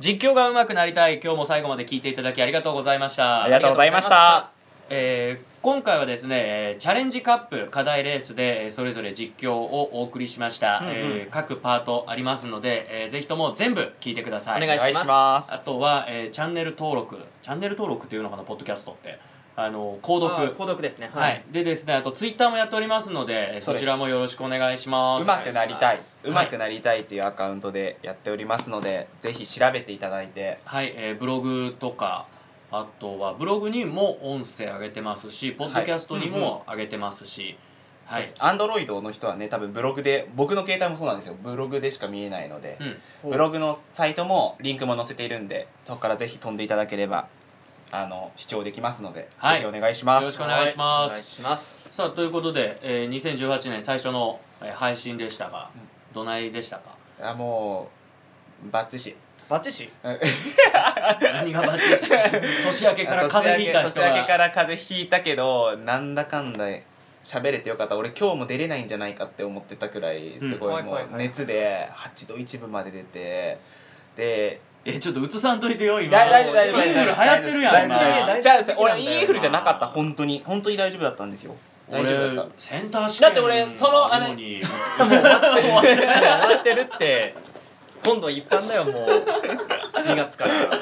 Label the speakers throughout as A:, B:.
A: 実況が上手くなりたい今日も最後まで聞いていただきありがとうございました
B: ありがとうございました
A: えー今回はですねえーチャレンジカップ課題レースでえーそれぞれ実況をお送りしました、
B: うんうん
A: えー各パートありますので、えーぜひとも全部聞いてください
C: お願いします
B: ます
A: あとは、えーチャンネル登録チャンネル登録っていうのかなポッドキャストってあの購
C: あ
A: 読
C: ー購読ですね
A: はい、でですねあとツイッターもやっておりますのでえー
B: そう
A: そ
B: です
A: ちらもよろしくお願いします
B: うまくなりたい
A: お願い
B: うま
A: します
B: くなりたいっていうアカウントでやっておりますのでぜひ調べていただいて
A: はい、えーブログとかあとはブログにも音声上げてますしポッドキャストにも上げてますし、はい
B: アンドロイドの人はね多分ブログで僕の携帯もそうなんですよブログでしか見えないので、
A: うん
C: ほう
B: ブログのサイトもリンクも載せているんでそこからぜひ飛んでいただければあの視聴できますので、
A: はい
B: ぜひお願いします
A: よろしくお願いします
C: お願いします
A: さあということで、えー2018年最初の、えー配信でしたが、どないでした か
B: あもうバッチシ
C: バッチシ
A: 何がバッチリし年明けから風邪ひいた人
B: 年明け年明けか
A: が
B: ら風邪ひいたけどなんだかんだ喋れてよかった俺今日も出れないんじゃないかって思ってたくらいすご
C: う
B: い
C: ん
B: もう
C: はいはいはい
B: 熱で8度1分まで出てで
A: えーちょっと映さんといてよ今
B: 大丈夫大丈夫
A: インフル流行ってるやん
B: 大丈夫大丈夫
C: 今
B: じゃあじゃあ俺
C: 大丈夫
B: インフルじゃなかった本当に本当に大丈夫だったんですよ大丈夫だっ
A: 俺
B: た
A: センター試
B: だ
A: 験
B: って俺そのあれ
A: るに
C: 終わってるって今度一般だよもう2月から
B: だか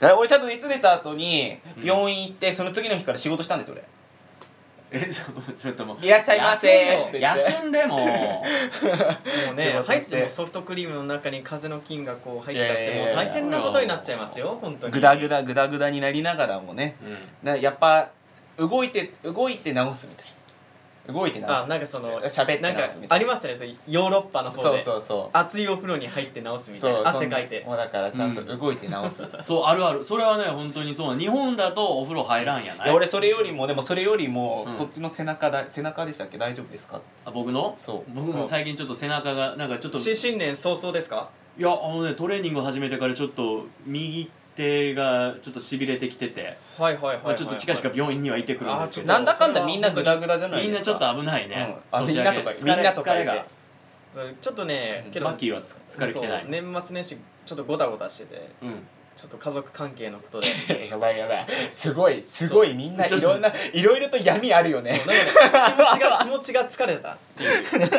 B: ら俺ちゃんと熱出た後に病院行ってその次の日から仕事したんですよ俺
A: えそのちょっともう
B: いらっしゃいませ
A: 休んでよ休んでも
C: もう
B: 仕
C: ね
B: 事して
C: 入ってもソフトクリームの中に風の菌がこう入っちゃっ
B: いやいや
C: て
B: い
C: も
B: や
C: う大変なことになっちゃいますよ本当に
B: グダグダグダグダになりながらもね
A: う、うん
B: なやっぱ動いて動いて直すみたいな動いて直す
C: あなんかその
B: 喋って
C: なん
B: 直
C: か
B: すみた
C: あ
B: い
C: り
B: な
C: ますよねそうヨーロッパの方
B: そう
C: で
B: そうそう
C: 熱いお風呂に入って直すみたい
B: そう
C: な汗かいて
B: そんもうだからちゃんと
A: うん
B: 動いて直す、い
A: そうあるあるそれはね本当にそうなの日本だとお風呂入らんやない
B: や俺それよりもでもそれよりも、
A: うん
B: そっちの背中だ背中でしたっけ大丈夫ですか
A: あ僕の
B: そう
A: 僕も最近ちょっと背中がなんかちょっとい
C: し新年早々ですか
A: やあのねトレーニング始めてからちょっと右手がちょっとしびれてきてて、
C: はいはいはい
A: まあ、ちょっと近々病院には行ってくるんですけ
C: そう
A: ど
B: なんだかんだみんなグダグダじゃない
A: みん
B: で
A: な
B: す
A: ち
B: か
A: ょっと危ないね、
B: うんあみんなとか
A: 疲れ
B: みんなとか
A: 疲れが
C: ちょっとねけど
A: マッキーはつ疲れきてない
C: そう年末年始ちょっとゴタゴタしてて
A: うん
C: ちょっと家族関係のことで
B: やばいやばいすごいすごいみんな
A: ちょっ
B: い
A: と
B: ろんないろいろと闇あるよね
C: なので気持ちが 気持ちが疲れたっていう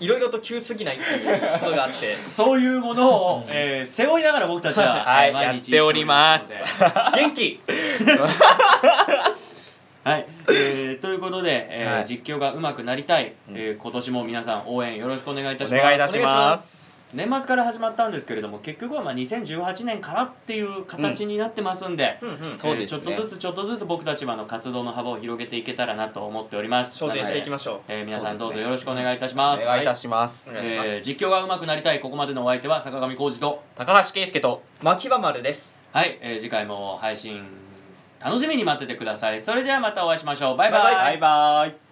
C: いろいろと急すぎないっていうことがあって
A: そういうものを、えー背負いながら僕たちは、
B: はい
A: えー毎日
B: やっております
A: 生きておりますので元気はい、えーということで、えー
B: はい
A: 実況が上手くなりたい、えー今年も皆さん応援よろしくお願いいたします
B: お願いいた
C: お
B: し
C: 願いし
B: ま
C: ますす
A: 年末から始まったんですけれども結局はまあ2018年からっていう形になってますんで、
C: うんうんうん
A: えー
B: そうですね
A: ちょっとずつちょっとずつ僕たちはあの活動の幅を広げていけたらなと思っております
C: 精進していきましょう
A: なのでえー皆さんどう
B: そ
A: ぞ
B: うですね
A: よろしくお願いいたし
B: お
A: ます
B: 願いいたします、
C: お願いします
A: えー実況が上手くなりたいここまでのお相手は坂上浩二と
B: 高橋圭介と
C: 牧場丸です
A: はい、えー次回も配信楽しみに待っててくださいそれじゃあまたお会いしましょうバイバイ
C: バイバイ
B: バイバイ